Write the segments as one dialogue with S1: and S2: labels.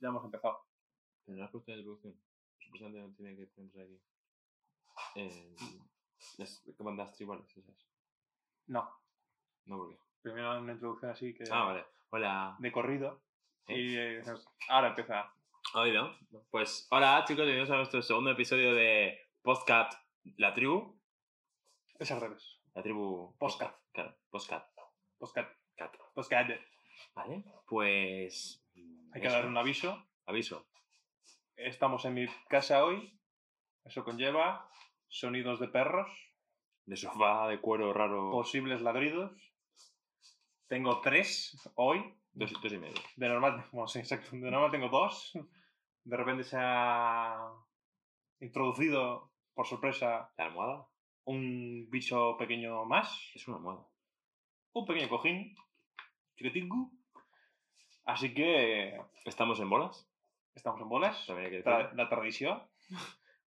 S1: Ya hemos empezado.
S2: Pero no has puesto la introducción. Supuestamente no tiene que tener aquí. Eh, las comandas tribales, esas.
S1: No,
S2: No, porque.
S1: primero una introducción así que
S2: Ah, vale. Hola.
S1: de corrido.
S2: Sí.
S1: Y eh, dices, ahora empieza.
S2: ¿Oído? Pues hola chicos, bienvenidos a nuestro segundo episodio de Podcast La Tribu.
S1: Es al revés. pues
S2: La Tribu.
S1: Podcast.
S2: Claro, Podcast.
S1: Postcat.
S2: Cat.
S1: Postcat.
S2: Vale, pues.
S1: Hay que
S2: eso.
S1: dar un aviso.
S2: Aviso.
S1: Estamos en mi casa hoy. Eso conlleva sonidos de perros,
S2: De sofá, de cuero raro.
S1: posibles ladridos. Tengo tres hoy.
S2: Dos, dos y medio.
S1: De normal, bueno, sí, exacto. De normal tengo dos. De repente se ha introducido, por sorpresa,
S2: La almohada.
S1: un bicho pequeño más.
S2: Es una almohada.
S1: un pequeño cojín. Chiquitingu. Así que
S2: Estamos en bolas.
S1: estamos en bolas.
S2: También hay que
S1: Tra-
S2: decirlo.
S1: La tradición.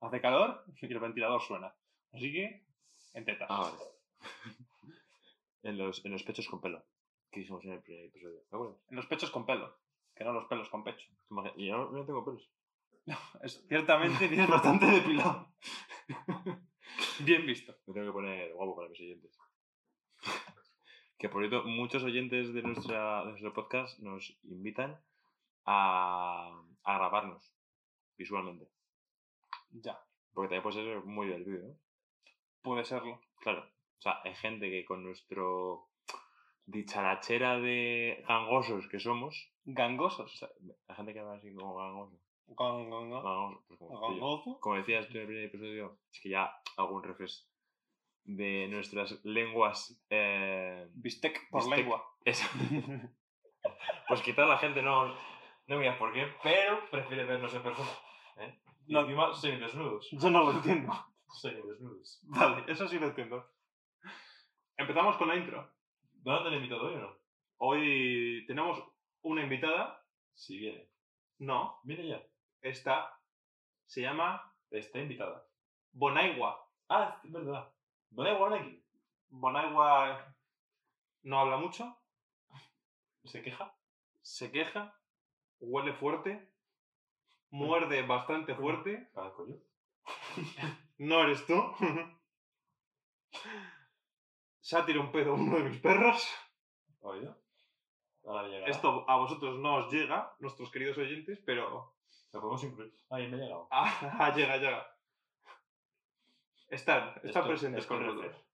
S1: Hace calor y el ventilador suena. Así que, en tetas.
S2: Ah, vale. en, los, en los pechos con pelo. Que hicimos en el primer episodio. ¿Te acuerdas?
S1: En los pechos con pelo. Que no los pelos con pecho.
S2: Te imagi- Y yo no, no tengo pelos.
S1: Es- ciertamente tienes bastante depilado. Bien visto.
S2: Me tengo que poner guapo para mis oyentes. que por cierto, muchos oyentes de, nuestra, de nuestro podcast nos invitan a, a grabarnos visualmente.
S1: Ya,
S2: Porque también puede ser muy divertido, ¿no?
S1: puede serlo.
S2: Claro. O sea, hay gente que con nuestro dicharachera de gangosos que somos,
S1: Gangosos.
S2: la gente que habla así como gangoso.
S1: Gan- gan- gan-
S2: gangoso, pues como estoy yo.
S1: gangoso.
S2: como decías tú en el primer episodio, es que ya hago un refresh de nuestras lenguas. eh,
S1: Bistec por
S2: Bistec.
S1: lengua.
S2: es- pues quizás la gente no, no miras por qué, pero prefiere vernos en persona. ¿eh? Y
S1: No.
S2: encima semidesnudos.
S1: Yo no lo entiendo.
S2: Semidesnudos.
S1: Vale, eso sí lo entiendo. Empezamos con la intro.
S2: ¿Dónde te han invitado hoy o no?
S1: Hoy tenemos una invitada.
S2: Si viene.
S1: No,
S2: Viene ya.
S1: esta se llama
S2: Está invitada.
S1: Bonaigua.
S2: Ah, es verdad. ¿Dónde guarda aquí?
S1: Bonaigua no habla mucho,
S2: ¿Se queja?
S1: se queja, huele fuerte, muerde bastante fuerte.
S2: Ah, coño.
S1: No eres tú. Se ha tirado un pedo uno de mis perros.
S2: ¿Oído? Ah, Ahora me llega.
S1: Esto a vosotros no os llega, nuestros queridos oyentes, pero
S2: Lo podemos incluir. Ahí me ha llegado.
S1: Ah, llega, llega. Están, están
S2: Esto-
S1: presentes
S2: esto
S1: con
S2: es
S1: nosotros.
S2: refresh.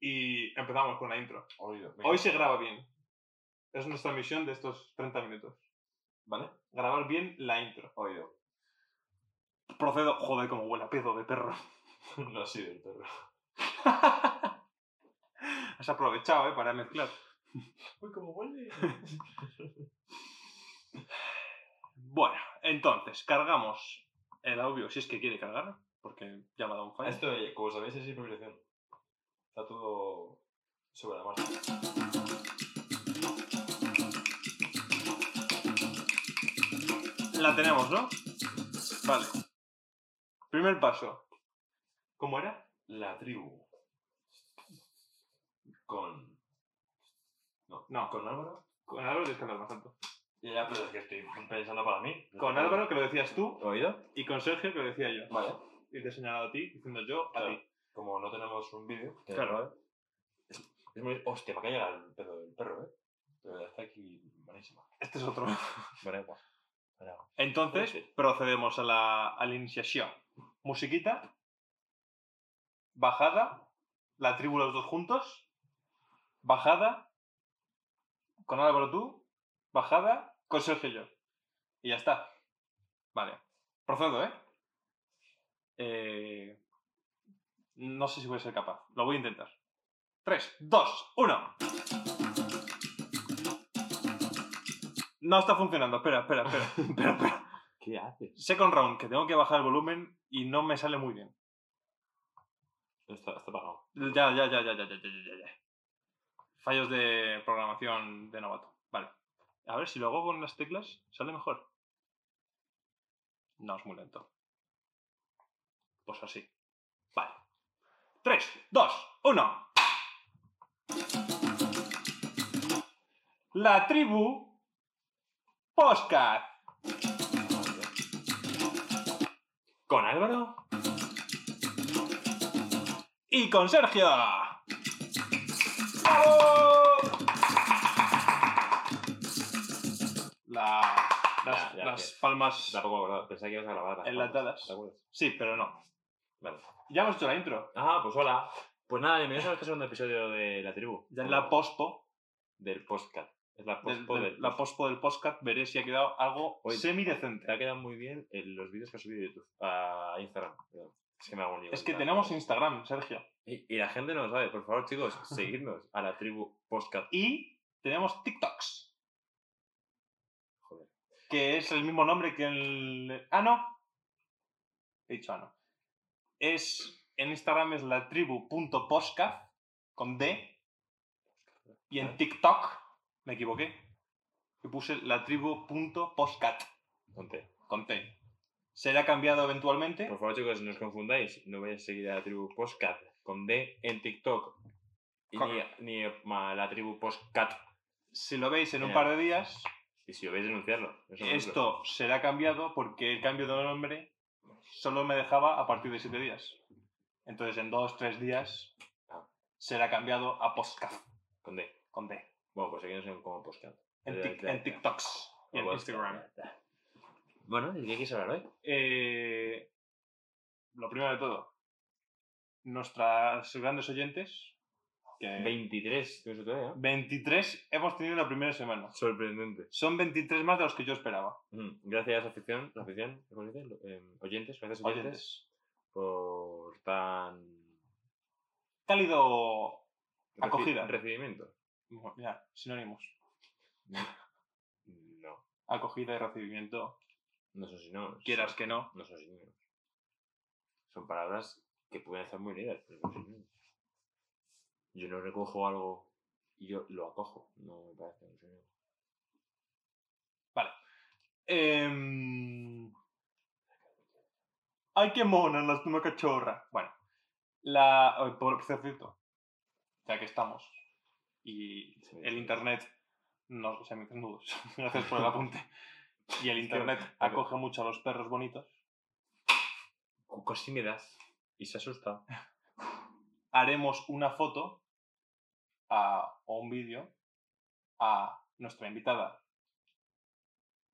S1: Y empezamos con la intro.
S2: Oído. Venga.
S1: Hoy se graba bien. Es nuestra misión de estos 30 minutos.
S2: ¿Vale?
S1: Grabar bien la intro.
S2: Oído.
S1: Procedo. Joder, como huele a pedo de perro.
S2: No ha sido el perro.
S1: Has aprovechado, ¿eh? Para mezclar.
S2: Uy, cómo huele.
S1: Bueno, entonces, cargamos el audio si es que quiere cargar. Porque ya me ha dado un fallo.
S2: Esto, eh, como sabéis, es improvisación. Está todo sobre la marcha.
S1: La tenemos, ¿no? Vale. Primer paso. ¿Cómo era?
S2: La tribu. Con. No.
S1: No.
S2: Con Álvaro.
S1: Con Álvaro tienes que hablar más alto.
S2: Y ya, pero es que estoy pensando para mí.
S1: Con Álvaro, que lo decías tú,
S2: ¿Oído?
S1: y con Sergio, que lo decía yo.
S2: Vale.
S1: Y te he señalado a ti, diciendo yo a
S2: Claro.
S1: ti.
S2: Como no tenemos un vídeo. que-
S1: Claro.
S2: Es, es muy. Hostia, me acaba de llegar el pedo del perro, ¿eh? Pero ya está aquí buenísima.
S1: Este es otro.
S2: Buen agua. Buen agua.
S1: Entonces,
S2: Sí, sí.
S1: procedemos a la, a la iniciación. Musiquita. Bajada. La tribu los dos juntos. Bajada. Con Álvaro tú. Bajada. Con Sergio yo. Y ya está. Vale. Procedo, ¿eh? Eh, No sé si voy a ser capaz. Lo voy a intentar. 3, 2, 1. No está funcionando. Espera, espera, espera. espera, espera.
S2: ¿Qué haces?
S1: Second round, que tengo que bajar el volumen y no me sale muy bien.
S2: Está, está apagado.
S1: Ya, ya, ya, ya, ya, ya, ya, ya, ya. Fallos de programación de novato. Vale. A ver si lo hago con las teclas, sale mejor. No, es muy lento. Pues así. Vale. 3, 2, 1. La tribu Postcard.
S2: Con Álvaro
S1: Y con Sergio. ¡Bravo! La- las
S2: Ya, ya,
S1: las
S2: ya.
S1: palmas.
S2: Tampoco me acordaba, pensaba que ibas a grabar. las
S1: Enlatadas.
S2: palmas, ¿Te acuerdas?
S1: Sí, pero no.
S2: Vale.
S1: Ya hemos hecho la intro.
S2: Ah, pues hola. Pues nada, bienvenidos a nuestro segundo episodio de La Tribu.
S1: Ya en la pospo,
S2: Del podcast. Es la
S1: del,
S2: pospo
S1: del-
S2: del
S1: la pospo del podcast veré si ha quedado algo
S2: Oye,
S1: semidecente.
S2: Te ha quedado muy bien en los vídeos que has subido a YouTube. A Instagram. perdón. Es que me hago un lío.
S1: Es que
S2: Instagram.
S1: tenemos Instagram, Sergio.
S2: Y, y la gente no lo sabe. Por favor, chicos, seguidnos a La Tribu Podcast.
S1: Y tenemos TikToks.
S2: Joder.
S1: Que es el mismo nombre que el. Ah, no. He dicho ah, no. Es. En Instagram es la tribu.posca con D. Y en TikTok me equivoqué. Y puse la tribu.poscat
S2: Ponte.
S1: con T. Será cambiado eventualmente.
S2: Por favor, chicos, no os confundáis. No vais a seguir a La Tribu Podcast con D en TikTok. Y ni, ni a La Tribu Podcast.
S1: Si lo veis en un
S2: Ya.
S1: par de días,
S2: Y si lo veis, denunciarlo. Eso no es lo-
S1: esto será cambiado porque el cambio de nombre solo me dejaba a partir de siete días. Entonces en dos, tres días
S2: Ah.
S1: será cambiado a Posca
S2: Con D.
S1: con D.
S2: Bueno, pues seguidnos en como podcast.
S1: En,
S2: Ya,
S1: tic-
S2: ya,
S1: en
S2: ya.
S1: TikToks y en
S2: Podcast.
S1: Instagram.
S2: Bueno, ¿de qué quieres hablar hoy?
S1: Eh, lo primero de todo, nuestras grandes oyentes, que
S2: 23, que eso todavía.
S1: 23 hemos tenido la primera semana.
S2: Sorprendente.
S1: Son 23 más de los que yo esperaba.
S2: Gracias, afición, la afición, ¿cómo se dice? Lo- em, oyentes, gracias oyentes,
S1: Oyentes.
S2: por tan
S1: Cálido.
S2: reci-
S1: Acogida.
S2: recibimiento.
S1: Bueno, ya, sinónimos.
S2: No,
S1: Acogida y recibimiento,
S2: no son sinónimos.
S1: quieras que no.
S2: No son sinónimos. Son palabras que pueden estar muy unidas, pero no son sinónimos. Yo no recojo algo y yo lo acojo. No me parece un sinónimo.
S1: Em, Ay, qué mona la tuma cachorra. Bueno, la. oh, Por cierto, ya que estamos y
S2: Sí,
S1: el
S2: sí.
S1: internet nos. Se me desnudos. Gracias por el apunte. Y el
S2: Es que-
S1: internet acoge mucho a los perros bonitos.
S2: Cu- Casi me das y se asusta.
S1: Haremos una foto a- o un vídeo a nuestra invitada.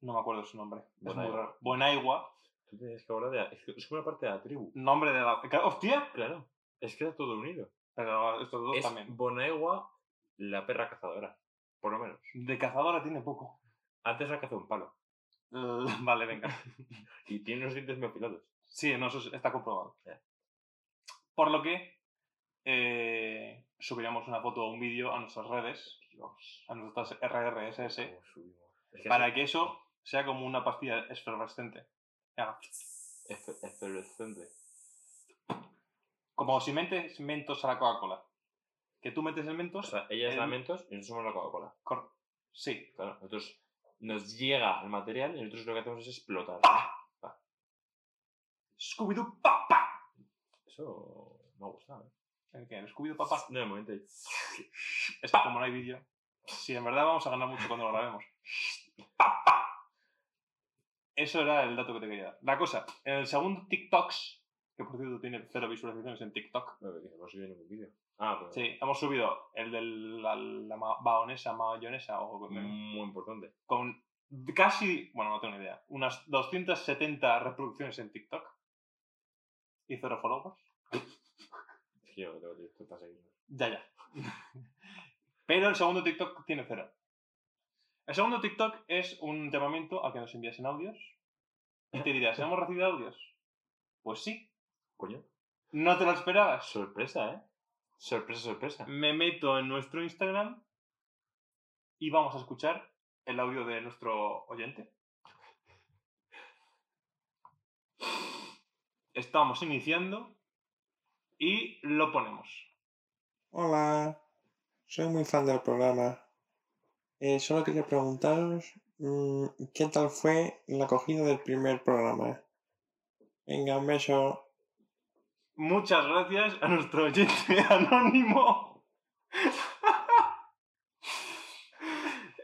S1: No me acuerdo su nombre. Es muy
S2: Buenaigua.
S1: raro. Buenaigua.
S2: Tú tienes que hablar de la... Es que es una parte de la tribu.
S1: Nombre de la. ¡Hostia!
S2: Claro. Es que está todo unido.
S1: Pero estos dos
S2: es
S1: también.
S2: Bonaegua la perra cazadora, por lo menos.
S1: De cazadora tiene poco.
S2: Antes la cazó un palo
S1: vale, venga.
S2: y tiene los dientes muy afilados.
S1: Sí, no, eso es- está comprobado.
S2: Ya.
S1: Por lo que eh, subiremos una foto o un vídeo a nuestras redes,
S2: Dios.
S1: a nuestras RRSS,
S2: ¿cómo subimos? Es que
S1: para
S2: así-
S1: que eso sea como una pastilla efervescente. Que haga
S2: Efe- Efervescente.
S1: Como si metes mentos a la Coca-Cola. Que tú metes el
S2: O
S1: mentos.
S2: sea, ella es
S1: el-
S2: la Mentos y nosotros somos la Coca-Cola.
S1: cor- Sí,
S2: Claro, nosotros nos llega el material y nosotros lo que hacemos es explotar.
S1: Scooby-Doo, papá.
S2: Eso me gusta. ¿eh?
S1: ¿El qué? ¿El Scooby-Doo, papá?
S2: No, de momento. hay-
S1: Es que como no hay vídeo. Si en verdad vamos a ganar mucho cuando lo grabemos. Eso era el dato que te quería dar. La cosa, en el segundo TikToks, que por cierto tiene cero visualizaciones en TikTok.
S2: No, que no subido ningún vídeo. Ah, pero
S1: Sí, hemos subido el de la, la ma- baonesa, mayonesa, o
S2: muy importante.
S1: con casi, bueno, no tengo ni idea, unas 270 reproducciones en TikTok y cero followers.
S2: Es que yo tengo TikTok para seguirlo.
S1: Ya, ya. Pero el segundo TikTok tiene cero. El segundo TikTok es un llamamiento a que nos enviasen audios. Y te dirás, ¿hemos recibido audios? Pues sí.
S2: Coño.
S1: No te lo esperabas.
S2: Sorpresa, ¿eh? Sorpresa, sorpresa.
S1: Me meto en nuestro Instagram y vamos a escuchar el audio de nuestro oyente. Estamos iniciando y lo ponemos.
S3: Hola, soy muy fan del programa. Eh, solo quería preguntaros mm, qué tal fue la acogida del primer programa. Venga, un beso.
S1: Muchas gracias a nuestro oyente anónimo.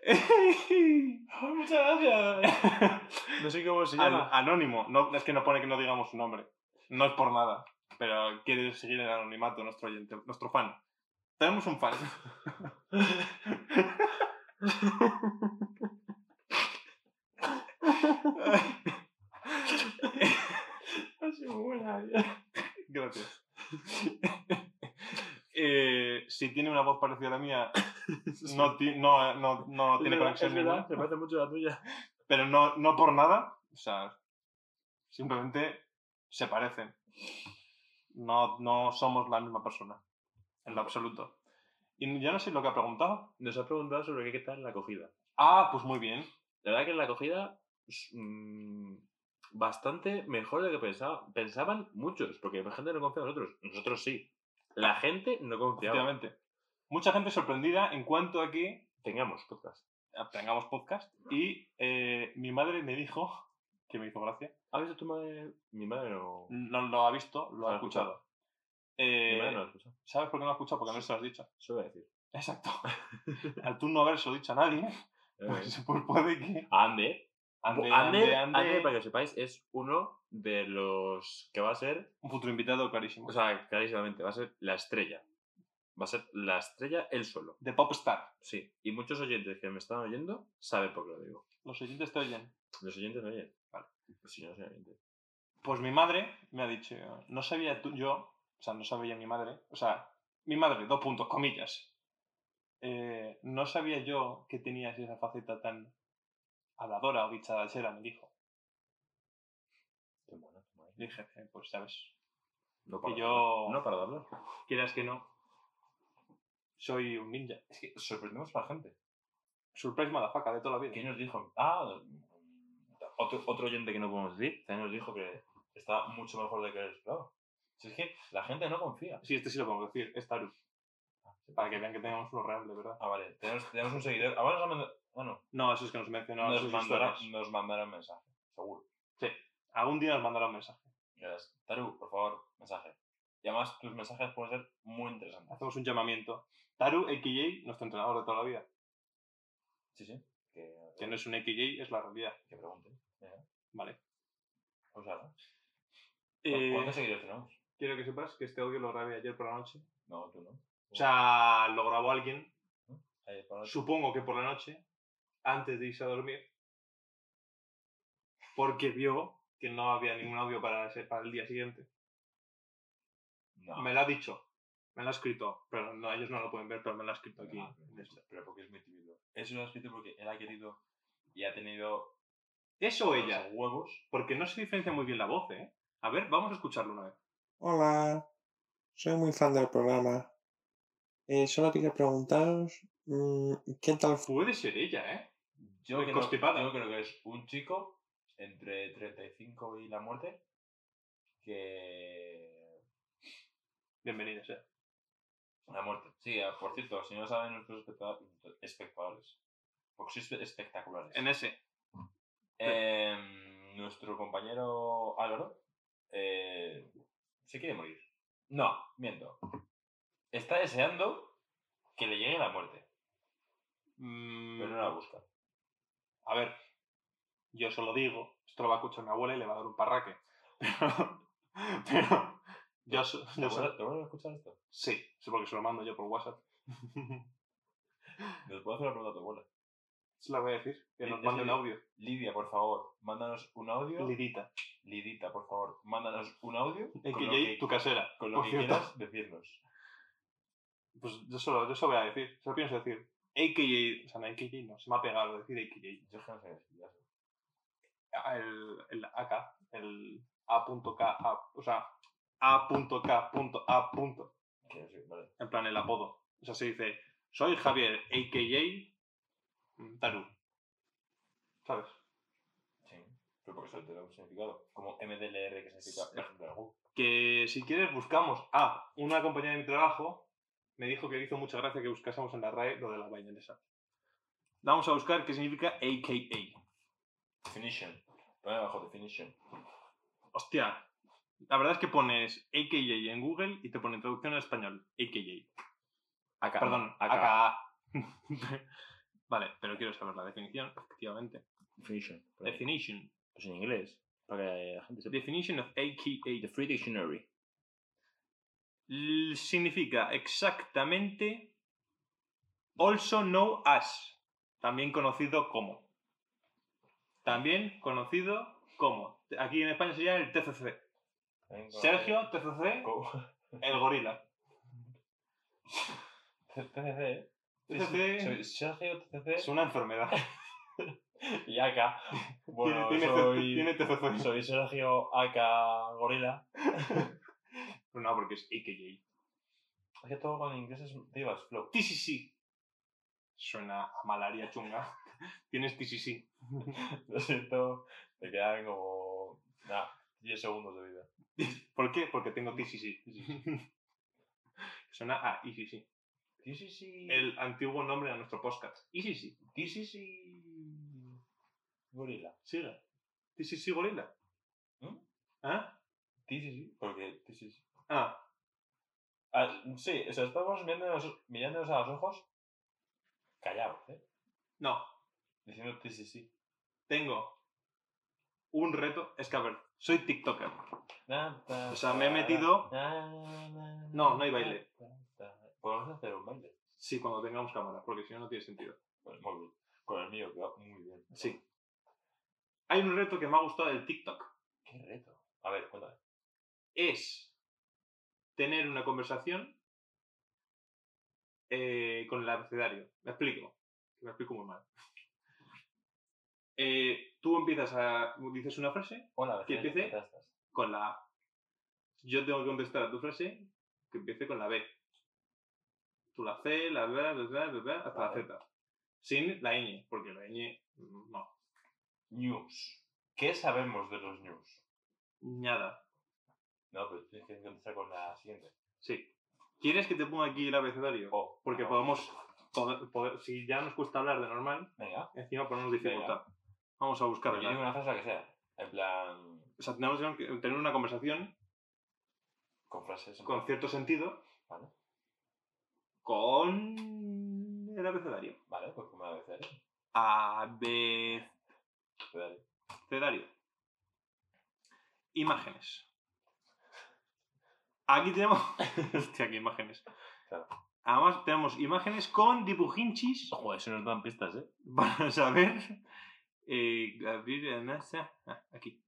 S1: Ay, muchas gracias.
S2: no sé cómo se
S1: An-
S2: llama.
S1: anónimo. No, es que no pone que no digamos su nombre. No es por nada. Pero quiere seguir el anonimato nuestro oyente, nuestro fan. Tenemos un fan.
S2: Ha sido buena.
S1: Gracias. Eh, si tiene una voz parecida a la mía, no, ti- no, no, no tiene conexión ninguna.
S2: se parece mucho a la tuya.
S1: Pero no, no por nada. O sea, simplemente se parecen. No, no somos la misma persona. En lo absoluto. Y ya no sé lo que ha preguntado.
S2: Nos ha preguntado sobre qué tal la acogida.
S1: Ah, pues muy bien.
S2: La verdad que la acogida es, mm, bastante mejor de lo que pensaba- pensaban muchos, porque la gente no confía en nosotros. Nosotros sí. La gente no confiaba.
S1: Efectivamente. Mucha gente sorprendida en cuanto a que
S2: Tengamos podcast.
S1: tengamos podcast. Y eh, mi madre me dijo, que me hizo gracia,
S2: ¿Ha visto tu madre? Mi madre no.
S1: no lo ha visto, lo ha
S2: Lo ha
S1: escuchado. Eh,
S2: Mi madre no la escucha.
S1: ¿Sabes por qué no lo ha escuchado? Porque no se lo has dicho.
S2: Eso voy a decir.
S1: Exacto. Al tú no haberse lo dicho a nadie,
S2: Eh,
S1: pues, pues puede que...
S2: Ande.
S1: Ande,
S2: Ander,
S1: ande,
S2: Ander,
S1: ande,
S2: para que lo sepáis, es uno de los que va a ser,
S1: Un futuro invitado clarísimo.
S2: o sea, clarísimamente, va a ser la estrella. Va a ser la estrella él solo.
S1: de Popstar.
S2: Sí. Y muchos oyentes que me están oyendo saben por qué lo digo.
S1: Los oyentes te oyen.
S2: Los oyentes no oyen.
S1: Vale.
S2: Si no, no soy oyente.
S1: Pues mi madre me ha dicho, no sabía tú, yo, o sea, no sabía mi madre, o sea, mi madre, dos puntos, comillas. Eh, no sabía yo que tenías esa faceta tan habladora o bicharachera, me dijo.
S2: Qué bueno, qué bueno.
S1: Y dije, "Eh, pues sabes,
S2: No
S1: que
S2: para
S1: yo,
S2: No para de hablar.
S1: quieras que no, soy un ninja. Es que
S2: Sorprendemos a la gente.
S1: surprise madafaca de toda la vida.
S2: ¿Quién nos dijo? Ah, otro, otro oyente que no podemos decir, también nos dijo que está mucho mejor de que esperado. Si es que la gente no confía.
S1: Sí, este sí lo podemos decir, es Taru, para que vean que tengamos uno real, de verdad.
S2: Ah, vale, tenemos, tenemos un seguidor. Ah, Ahora nos, ha manda- bueno,
S1: No, eso es que nos mencionaron
S2: nos,
S1: sus
S2: mandará,
S1: historias.
S2: nos mandará un mensaje, seguro.
S1: Algún día nos mandará un mensaje.
S2: Y verás, Taru, por favor, mensaje. Y además tus mensajes pueden ser muy interesantes.
S1: Hacemos un llamamiento. Taru, AKJ, nuestro entrenador de toda la vida.
S2: Sí, sí. Que,
S1: que no es un XY, es la realidad.
S2: que pregunten.
S1: Vale.
S2: O sea, ¿no?
S1: Eh,
S2: ¿Cuántos seguidores tenemos?
S1: quiero que sepas que este audio lo grabé ayer por la noche.
S2: No, tú no.
S1: O sea, lo grabó alguien,
S2: Ayer por la noche.
S1: supongo que por la noche, antes de irse a dormir, porque vio que no había ningún audio para, ese- para el día siguiente.
S2: No.
S1: Me lo ha dicho, me lo ha escrito, pero no, ellos no lo pueden ver, pero me lo ha escrito aquí.
S2: Ah, pero- pero porque es muy tímido. Eso lo ha escrito porque él ha querido y ha tenido
S1: Eso
S2: los
S1: ella,
S2: huevos.
S1: porque no se diferencia muy bien la voz, ¿eh? A ver, vamos a escucharlo una vez.
S3: Hola, soy muy fan del programa. Eh, solo quería preguntaros mm, qué tal fue.
S1: Puede ser ella, ¿eh?
S2: Yo
S1: Muy
S2: creo,
S1: constipada.
S2: yo creo que es un chico entre 35 y la muerte que...
S1: Bienvenida sea.
S2: La muerte. Sí, ah, por cierto, si no saben nuestros especta- espectadores, porque sois espectaculares.
S1: En ese.
S2: Em, nuestro compañero Álvaro eh, se quiere morir. No, miento. Está deseando que le llegue la muerte,
S1: Mm,
S2: pero no la busca.
S1: A ver, yo solo digo, esto lo va a escuchar mi abuela y le va a dar un parraque. Pero, pero yo, so-
S2: ¿Te
S1: yo so-
S2: acuerdas- te acuerdas de escuchar esto?
S1: sí, sí, porque se lo mando yo por WhatsApp.
S2: Nos puedo hacer una pregunta a tu abuela.
S1: Se la voy a decir, que
S2: Sí,
S1: nos
S2: ya
S1: mande
S2: sé
S1: un
S2: que-
S1: audio.
S2: Lidia, por favor, mándanos un audio.
S1: Lidita,
S2: Lidita, por favor, mándanos un audio. Con lo
S1: AKJ,
S2: que,
S1: tu casera.
S2: con lo
S1: por
S2: que
S1: cierto.
S2: quieras decirnos.
S1: Pues yo solo, yo solo voy a decir, se lo pienso decir. AKJ, o sea, no, AKJ no, se me ha pegado decir AKJ.
S2: Yo es que no sé decir, ya sé.
S1: Ah, El, el AK, el A.K, A, o sea, A.K.A.
S2: Que no sé, vale.
S1: En plan, el apodo. O sea, se dice, soy Javier, a.k.a. Taru. ¿Sabes?
S2: Sí. Pero porque eso te da un significado. Como MDLR, que significa
S1: Sí.
S2: ejemplo de algo.
S1: Que si quieres buscamos. Ah, una compañera de mi trabajo me dijo que le hizo mucha gracia que buscásemos en la RAE lo de la bayonesa. Vamos a buscar qué significa a.k.a.
S2: Definition. Pone abajo definition.
S1: Hostia, la verdad es que pones a.k.a. en Google y te pone traducción al español. a.k.a.
S2: Acá.
S1: Perdón,
S2: acá.
S1: a.k.a. Vale, pero quiero saber la definición, efectivamente.
S2: Definition. por ahí.
S1: Definition.
S2: Pues en inglés. Para que la gente sepa.
S1: Definition of
S2: The
S1: AKA.
S2: Free Dictionary.
S1: L- significa exactamente also known as. También conocido como. También conocido como. Aquí en España sería el TCC. Sergio, TCC, el gorila.
S2: TCC.
S1: TCC.
S2: Soy Sergio
S1: Es
S2: TCC.
S1: una enfermedad.
S2: Y acá. Bueno,
S1: tiene, tiene
S2: soy,
S1: TCC. tiene TCC.
S2: soy Sergio acá Gorila.
S1: No, porque es AKA.
S2: Es que todo con inglés es divas flow.
S1: TCC. Suena a malaria chunga. Tienes TCC.
S2: Lo siento. Te quedan como. Nah, 10 segundos de vida.
S1: ¿Por qué? Porque tengo TCC. Suena a ICC.
S2: TCC.
S1: El antiguo nombre de nuestro podcast. ICC.
S2: TCC. Gorila.
S1: Siga. TCC Gorila.
S2: ¿Mm?
S1: ¿Ah?
S2: TCC. Porque TCC.
S1: Ah,
S2: Ah, sí, o sea, estamos mirándonos, mirándonos a los ojos. Callados, ¿eh?
S1: no.
S2: Diciendo TCC.
S1: Tengo un reto. Es que a ver, soy TikToker.
S2: O
S1: sea, me he metido- No, no hay baile.
S2: Podemos hacer un baile.
S1: Sí, cuando tengamos cámara, porque si no, no tiene sentido.
S2: Con el móvil. Con el mío, que va muy bien.
S1: Sí. Hay un reto que me ha gustado del TikTok.
S2: Qué reto. A ver, cuéntame.
S1: es tener una conversación eh, con el abecedario. Me explico. Me explico muy mal. Eh, tú empiezas a. dices una frase
S2: Hola,
S1: ¿Qué
S2: Virginia,
S1: empiece?
S2: ¿qué tal estás?
S1: con la A. Yo tengo que contestar a tu frase que empiece con la B. Tú la C, la B, la B, la B, hasta la
S2: Vale.
S1: Z. Sin la ñ, porque la ñ. no.
S2: News. ¿Qué sabemos de los news?
S1: Nada.
S2: No, pero tienes que contestar con la siguiente.
S1: Sí. ¿Quieres que te ponga aquí el abecedario?
S2: Oh,
S1: Porque
S2: no.
S1: podemos. poder- poder- si ya nos cuesta hablar de normal,
S2: Venga.
S1: Encima ponemos dificultad. Vamos a
S2: Yo
S1: buscarla.
S2: digo una frase la que sea. En plan.
S1: O sea, tenemos que tener una conversación
S2: Con frases. en
S1: con
S2: plan-
S1: cierto sentido
S2: Vale.
S1: con el abecedario.
S2: Vale, pues como abecedario.
S1: Abecedario.
S2: Abecedario.
S1: Imágenes. Aquí tenemos. Hostia, qué imágenes.
S2: Claro.
S1: Además, tenemos imágenes con dibujinchis
S2: Joder, eso nos dan pistas, ¿eh?
S1: para saber. eh, abrir en esa. ah, aquí.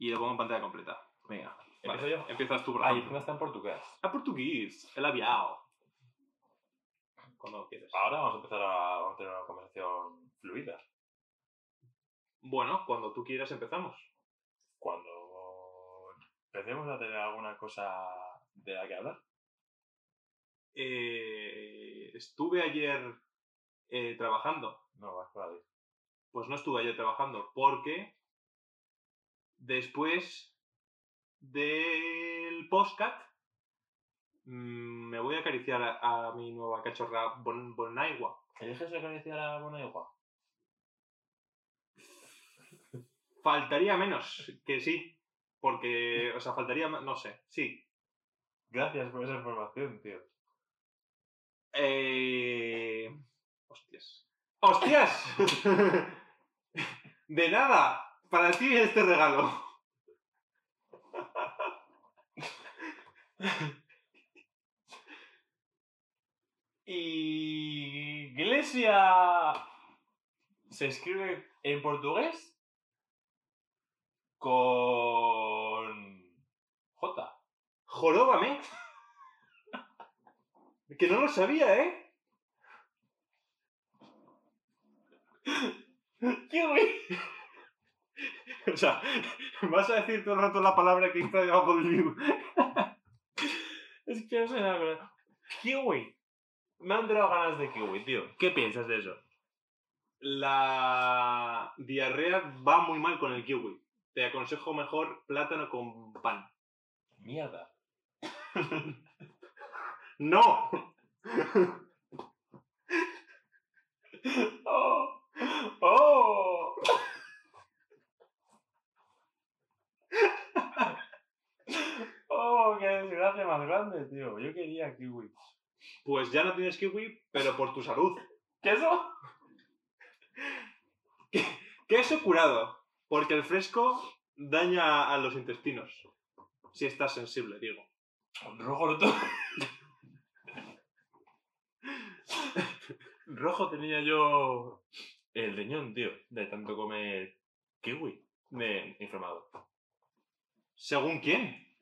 S1: Y lo pongo en pantalla completa. Venga.
S2: ¿Empiezo
S1: vale.
S2: yo?
S1: Empiezas tú, por
S2: Ah, y
S1: ejemplo.
S2: encima está en portugués.
S1: A portugués, el aviao. Ah, Cuando quieras.
S2: Ahora vamos a empezar a, vamos a tener una conversación fluida.
S1: Bueno, cuando tú quieras empezamos.
S2: Cuando empecemos a tener alguna cosa de la que hablar.
S1: Eh, estuve ayer eh, trabajando.
S2: No, vas por ahí.
S1: Pues no estuve ayer trabajando porque después del podcast mm, me voy a acariciar a, a mi nueva cachorra Bon- Bonaigua.
S2: ¿Eliges acariciar a buena igual?
S1: Faltaría menos que sí. Porque, o sea, faltaría, ma- no sé, sí,
S2: Gracias por esa información, tío.
S1: Eh... Hostias. ¡Hostias! De nada, para ti este regalo.
S2: Iglesia se escribe en portugués con J.
S1: Joróbame. Que no lo sabía, ¿eh?
S2: ¿Qué güey?
S1: O sea, vas a decir todo el rato la palabra que está debajo del libro.
S2: Es que no sé nada. pero- Kiwi. Me han dado ganas de kiwi, tío. ¿Qué piensas de eso?
S1: La diarrea va muy mal con el kiwi. Te aconsejo mejor plátano con pan.
S2: Mierda.
S1: ¡No!
S2: ¡Oh! ¡Oh! ¡Oh! ¡Qué desgracia más grande, tío! Yo quería kiwi.
S1: Pues ya no tienes kiwi, pero por tu salud.
S2: ¿Qué eso?
S1: Queso curado, porque el fresco daña a los intestinos. Si estás sensible, digo.
S2: Rojo lo tengo. Rojo tenía yo el riñón, tío, de tanto comer kiwi. Me he inflamado.
S1: ¿Según quién?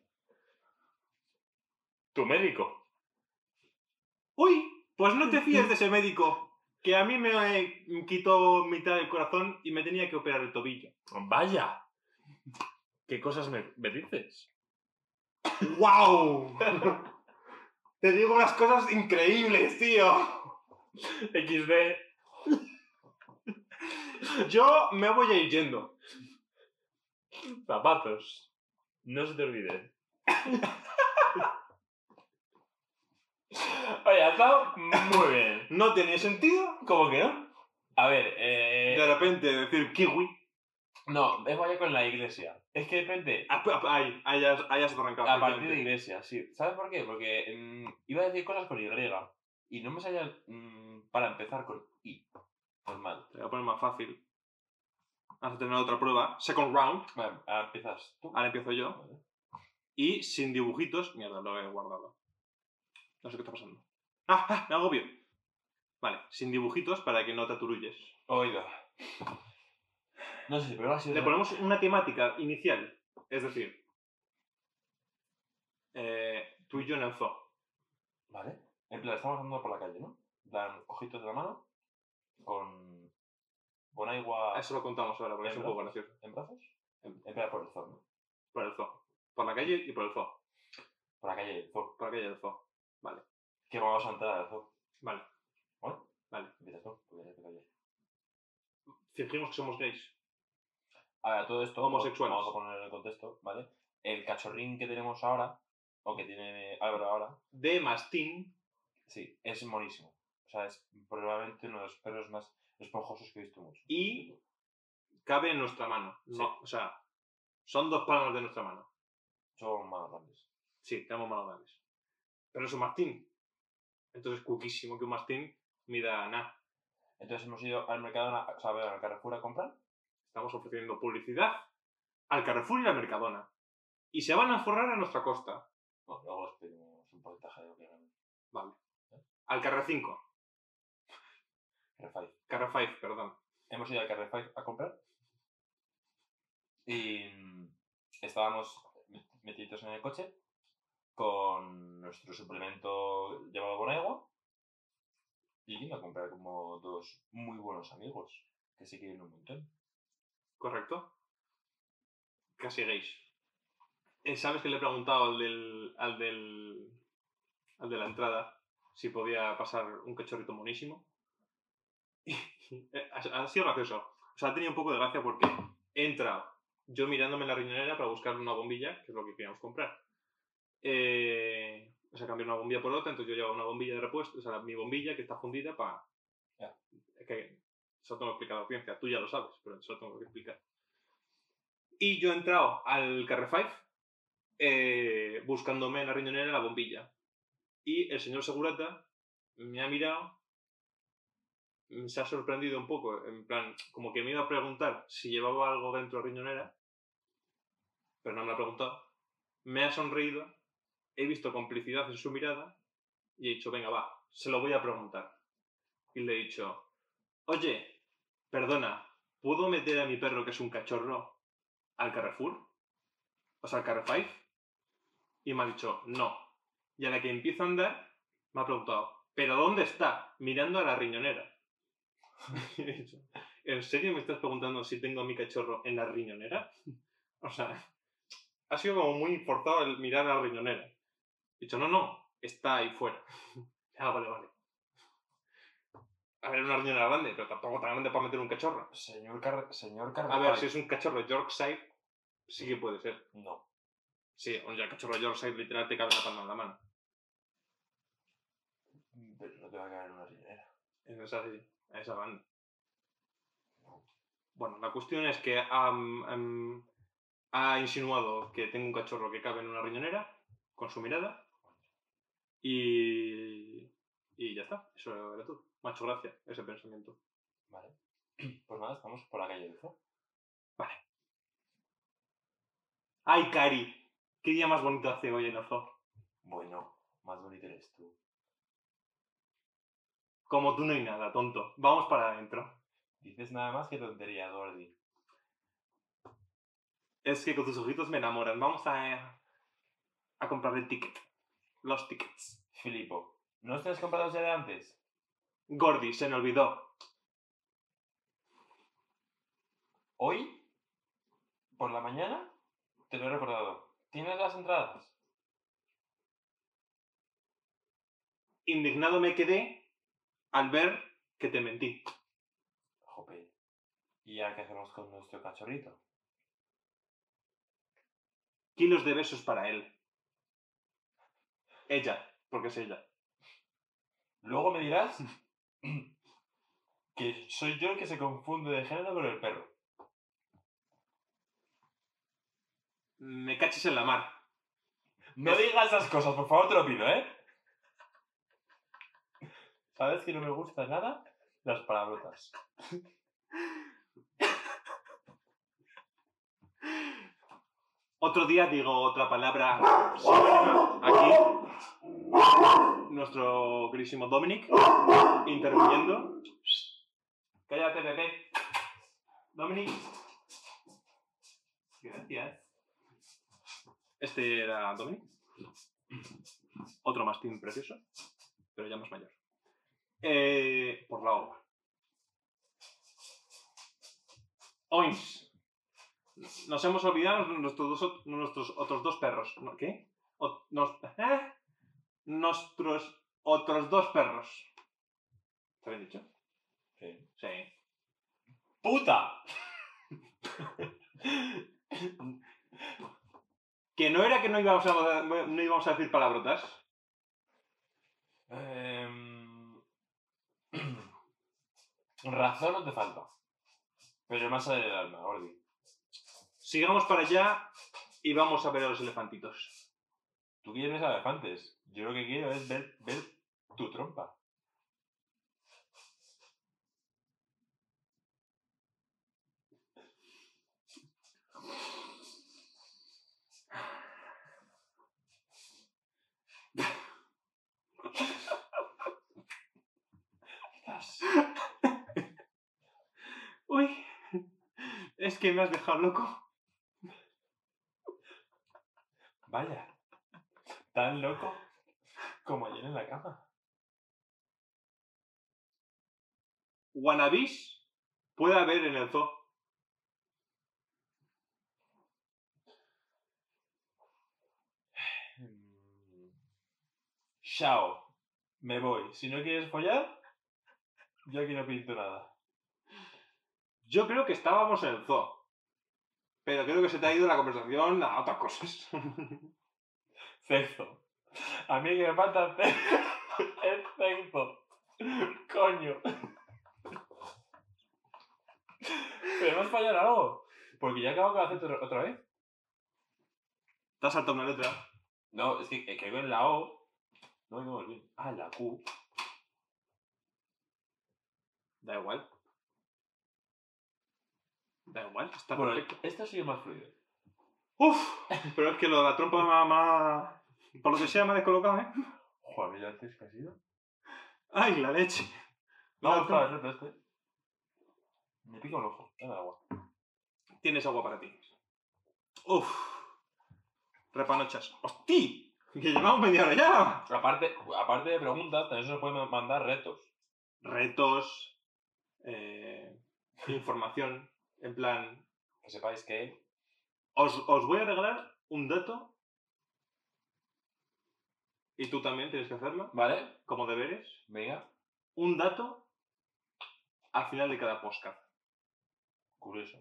S2: Tu médico.
S1: ¡Uy! Pues no te fíes de ese médico, que a mí me eh, quitó mitad del corazón y me tenía que operar el tobillo.
S2: Vaya. ¿Qué cosas me, me dices?
S1: ¡Wow! te digo unas cosas increíbles, tío.
S2: XD.
S1: Yo me voy a ir yendo.
S2: Zapatos. No se te olvide. Oye, has estado muy bien.
S1: No tenía sentido,
S2: ¿Cómo que no? A ver, eh...
S1: de repente decir kiwi.
S2: No, es vaya con la iglesia. Es que depende.
S1: Ah, ah, Ahí, ahí ya, ahí ya se te arrancaba.
S2: A partir de iglesia, sí. ¿Sabes por qué? Porque mm, iba a decir cosas con Y. Y no me salía mm, para empezar con I. Pues Normal.
S1: Te voy a poner más fácil. Vamos a tener otra prueba. Second round.
S2: Vale, ahora empiezas tú.
S1: Ahora empiezo Ah, yo. Y sin dibujitos. Mierda, lo he guardado. No sé qué está pasando. ¡Ah! ah me agobio! Vale, sin dibujitos para que no te aturulles.
S2: Oído. No sé, pero va a ser.
S1: Le ponemos una temática inicial. Es decir, eh, tú y yo en el zoo.
S2: Vale. En plan, estamos andando por la calle, ¿no? Dan cojitos de la mano. Con. Con agua.
S1: Ah, Eso Em lo contamos ahora porque es un poco gracioso.
S2: ¿En brazos? En, en plan, por el zoo, ¿no?
S1: Por el zoo. Por la calle y por el zoo.
S2: Por la calle del zoo.
S1: Por la calle del zoo. Vale,
S2: Que vamos a entrar al zoo.
S1: vale.
S2: ¿Vale?
S1: Vale.
S2: Empiezas tú. porque ya empiezas yo.
S1: Fingimos que somos gays.
S2: A ver, a todo esto.
S1: Homosexuales.
S2: Vamos a poner en contexto, ¿vale? El cachorrín que tenemos ahora. O que tiene Álvaro ahora.
S1: De mastín.
S2: Sí, es monísimo. O sea, es probablemente uno de los perros más esponjosos que he visto mucho.
S1: y cabe en nuestra mano. No, o sea, son dos palmas de nuestra mano.
S2: Son más grandes.
S1: Sí, tenemos manos grandes. Pero es un mastín. Entonces es cuquísimo que un mastín mida nada.
S2: Entonces hemos ido al mercado, o sea, a ver, al Carrefour a comprar.
S1: Estamos ofreciendo publicidad al Carrefour y a Mercadona. Y se van a forrar a nuestra costa.
S2: Bueno, luego les pedimos un porcentaje de lo que ganan.
S1: Vale. Al Carre 5.
S2: Carrefour.
S1: Carre 5, perdón.
S2: hemos ido al Carrefour a comprar y mm, estábamos met- metidos en el coche con nuestro suplemento llamado Bonagua y vino a comprar como dos muy buenos amigos que se quieren un montón.
S1: ¿Correcto? Casi gays. Eh, ¿Sabes que le he preguntado al del, al del. al de la entrada si podía pasar un cachorrito monísimo? Eh, ha, ha sido gracioso. O sea, ha tenido un poco de gracia porque he entrado yo mirándome en la riñonera para buscar una bombilla, que es lo que queríamos comprar. Eh, o sea, cambié una bombilla por otra, entonces yo llevaba una bombilla de repuesto, o sea, mi bombilla que está fundida para.
S2: Ya.
S1: Es que solo tengo que explicar a la audiencia, tú ya lo sabes, pero solo tengo que explicar. Y yo he entrado al Carre 5 eh, buscándome en la riñonera la bombilla. Y el señor Segurata me ha mirado, mm, se ha sorprendido un poco, en plan, como que me iba a preguntar si llevaba algo dentro de la riñonera, pero no me lo ha preguntado. Me ha sonreído, he visto complicidad en su mirada y he dicho, venga, va, se lo voy a preguntar. Y le he dicho, oye, perdona, ¿puedo meter a mi perro, que es un cachorro, al Carrefour? O sea, al Carrefour. Y me ha dicho, no. Y a la que empieza a andar, me ha preguntado, ¿pero dónde está? Mirando a la riñonera. Y he dicho, ¿en serio me estás preguntando si tengo a mi cachorro en la riñonera? O sea, ha sido como muy forzado el mirar a la riñonera. He dicho, no, no, está ahí fuera. ah, vale, vale. A ver, una riñonera grande, pero tampoco tan grande para meter un cachorro.
S2: Señor Carre... Señor Carre...
S1: A ver, si es un cachorro Yorkshire, sí que puede ser.
S2: No.
S1: Sí, un ya cachorro Yorkshire literal te cabe la palma en la mano.
S2: Pero no te va a caer en una riñonera.
S1: En esa, a esa banda. Bueno, la cuestión es que am, am, ha insinuado que tengo un cachorro que cabe en una riñonera con su mirada. Y, y ya está, eso era todo. Macho, gracias, ese pensamiento.
S2: Vale. Pues nada, estamos por la calle Elfo.
S1: ¡Ay, Cari! ¡Qué día más bonito hace hoy en Ozo!
S2: Bueno, más bonito eres tú.
S1: Como tú no hay nada, tonto. Vamos para adentro.
S2: Dices nada más que tontería, Gordy.
S1: Es que con tus ojitos me enamoran. Vamos a, a comprar el ticket. Los tickets.
S2: Filipo, ¿no los tienes comprados ya de antes?
S1: Gordy, se me olvidó.
S2: Hoy, por la mañana, te lo he recordado. ¿Tienes las entradas?
S1: Indignado me quedé al ver que te mentí.
S2: Jope. ¿Y ahora qué hacemos con nuestro cachorrito?
S1: Kilos de besos para él. Ella, porque es ella.
S2: Luego me dirás que soy yo el que se confunde de género con el perro.
S1: Me caches en la mar.
S2: No digas esas cosas, por favor, te lo pido, ¿eh? ¿Sabes que no me gustan nada? Las palabrotas.
S1: Otro día digo otra palabra sinónima. Aquí, nuestro querísimo Dominic interviniendo. Cállate, Pepe. Dominic. Gracias. Este era Dominic. Otro mastín precioso, pero ya más mayor. Eh, por la obra. Oins. Nos hemos olvidado de nuestros, dos, nuestros otros dos perros. ¿No? ¿Qué? O- nos- ¿eh? Nuestros otros dos perros. ¿Está bien dicho?
S2: Sí.
S1: Sí.
S2: ¡Puta!
S1: Que no era que no íbamos a, no íbamos a decir palabrotas.
S2: Em, Razón no te falta. Pero más allá del alma, Gordy.
S1: Sigamos para allá y vamos a ver a los elefantitos.
S2: Tú quieres a elefantes. Yo lo que quiero es ver, ver tu trompa.
S1: Uy, es que me has dejado loco.
S2: Vaya. Tan loco como ayer en la cama.
S1: Wannabis puede haber en el zoo.
S2: Mm. Chao. Me voy. Si no quieres follar, yo aquí no pinto nada.
S1: Yo creo que estábamos en el zoo. Pero creo que se te ha ido la conversación a otras cosas.
S2: Sexo. A mí que me falta hacer es sexo. Coño. Pero hemos fallado en algo. Porque ya acabo con la C otra- otra vez.
S1: Te has saltado una letra.
S2: No, es que eh, caigo en la O. No, no, bien. Ah, la Q.
S1: Da igual. Da igual, está
S2: Bueno,
S1: perfecto.
S2: esto ha sido más fluido.
S1: Uf, pero es que lo de la trompa me ha- me ha... Por lo que sea me ha descolocado, ¿eh?
S2: Joder, mira antes que ha sido.
S1: Ay, la leche.
S2: No,
S1: La
S2: no,
S1: trompa.
S2: no, no, este. Me pica un ojo. Dame agua.
S1: Tienes agua para ti. Uf. Repanochas. ¡Hosti! Que llevamos media hora ya.
S2: Aparte, aparte de preguntas, también se nos pueden mandar retos.
S1: Retos. eh, información. En plan,
S2: Que sepáis que
S1: Os, os voy a regalar un dato. Y tú también tienes que hacerlo,
S2: ¿Vale?
S1: como deberes.
S2: Venga.
S1: Un dato al final de cada podcast.
S2: Curioso.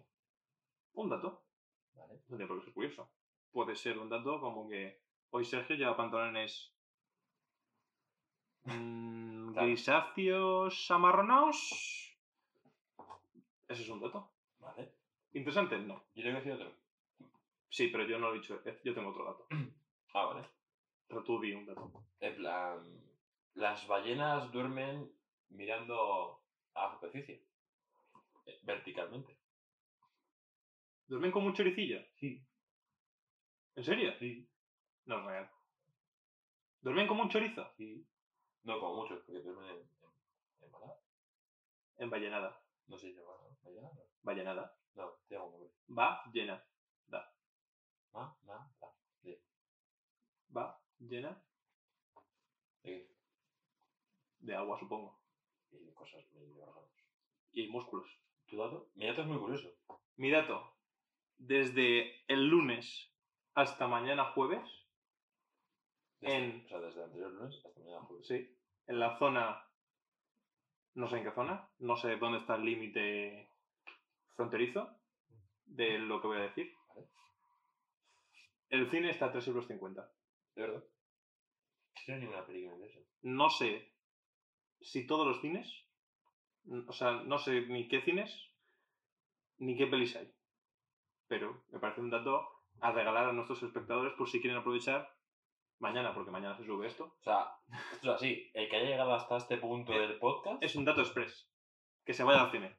S1: Un dato.
S2: Vale.
S1: No tiene por qué ser curioso. Puede ser un dato como que hoy Sergio lleva pantalones mm,
S2: Claro.
S1: grisáceos amarronados. Ese es un dato.
S2: Vale.
S1: Interesante, no.
S2: Yo le voy a decir otro.
S1: Sí, pero yo no lo he dicho. Yo tengo otro dato.
S2: Ah, vale.
S1: Pero tú di un dato.
S2: En plan, las ballenas duermen mirando a la superficie. eh, verticalmente.
S1: ¿Duermen como un choricillo?
S2: Sí.
S1: ¿En serio?
S2: Sí.
S1: No es real. ¿Duermen como un chorizo?
S2: Sí. No como muchos, porque duermen en, en, en Málaga.
S1: En vallenada.
S2: No sé si llama, ¿no? Mañana, no.
S1: Vallenada.
S2: No, te llamo nombre.
S1: Va, llena.
S2: Ma, ma, la.
S1: Va, llena. eh,
S2: ¿De
S1: De agua, supongo.
S2: qué? Y de cosas, de órganos.
S1: Y hay músculos.
S2: ¿Tu dato? Mi dato es muy curioso.
S1: Mi dato. Desde el lunes hasta mañana jueves,
S2: Desde-
S1: En-
S2: O sea, desde el anterior lunes hasta mañana jueves.
S1: sí, en la zona, no sé en qué zona, no sé dónde está el límite fronterizo de lo que voy a decir.
S2: Vale.
S1: El cine está a 3,50 euros.
S2: ¿De verdad? Sí, No hay ninguna película inglesa.
S1: No sé si todos los cines, n- o sea, no sé ni qué cines, ni qué pelis hay. Pero me parece un dato a regalar a nuestros espectadores por si quieren aprovechar mañana, porque mañana se sube esto.
S2: O sea, esto es así. El que haya llegado hasta este punto
S1: Eh,
S2: del podcast
S1: es un dato express. Que se vaya al cine.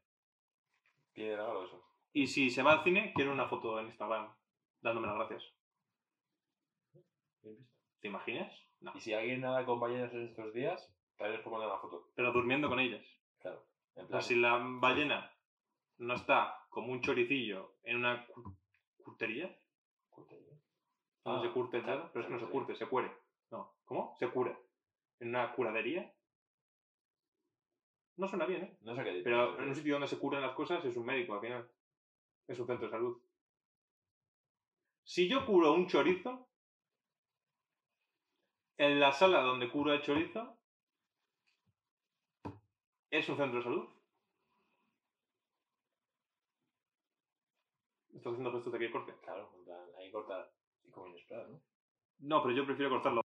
S2: tiene algo eso.
S1: Y si se va al cine, quiero una foto en Instagram dándome las gracias.
S2: Bien visto.
S1: ¿Te imaginas? No.
S2: Y si alguien ha acompañado en estos días, también os puedo mandar una foto.
S1: Pero durmiendo con ellas.
S2: Claro. En
S1: O sea,
S2: plan,
S1: si la ballena no está como un choricillo en una cu- curtería,
S2: curte, ¿eh?
S1: no
S2: Ah,
S1: se curte el
S2: claro,
S1: dedo, pero es que no se
S2: claro,
S1: curte, se cuere. No. ¿Cómo? Se cura. ¿En una curadería? No suena bien, ¿eh?
S2: No sé qué decir.
S1: Pero en un sitio donde se curan las cosas es un médico, al final. Es un centro de salud. Si yo curo un chorizo, en la sala donde curo el chorizo, ¿es un centro de salud? ¿Estás haciendo gestos de que corte?
S2: Claro, en plan, hay que cortar. Y como inesperado, ¿no?
S1: No, pero yo prefiero cortarlo.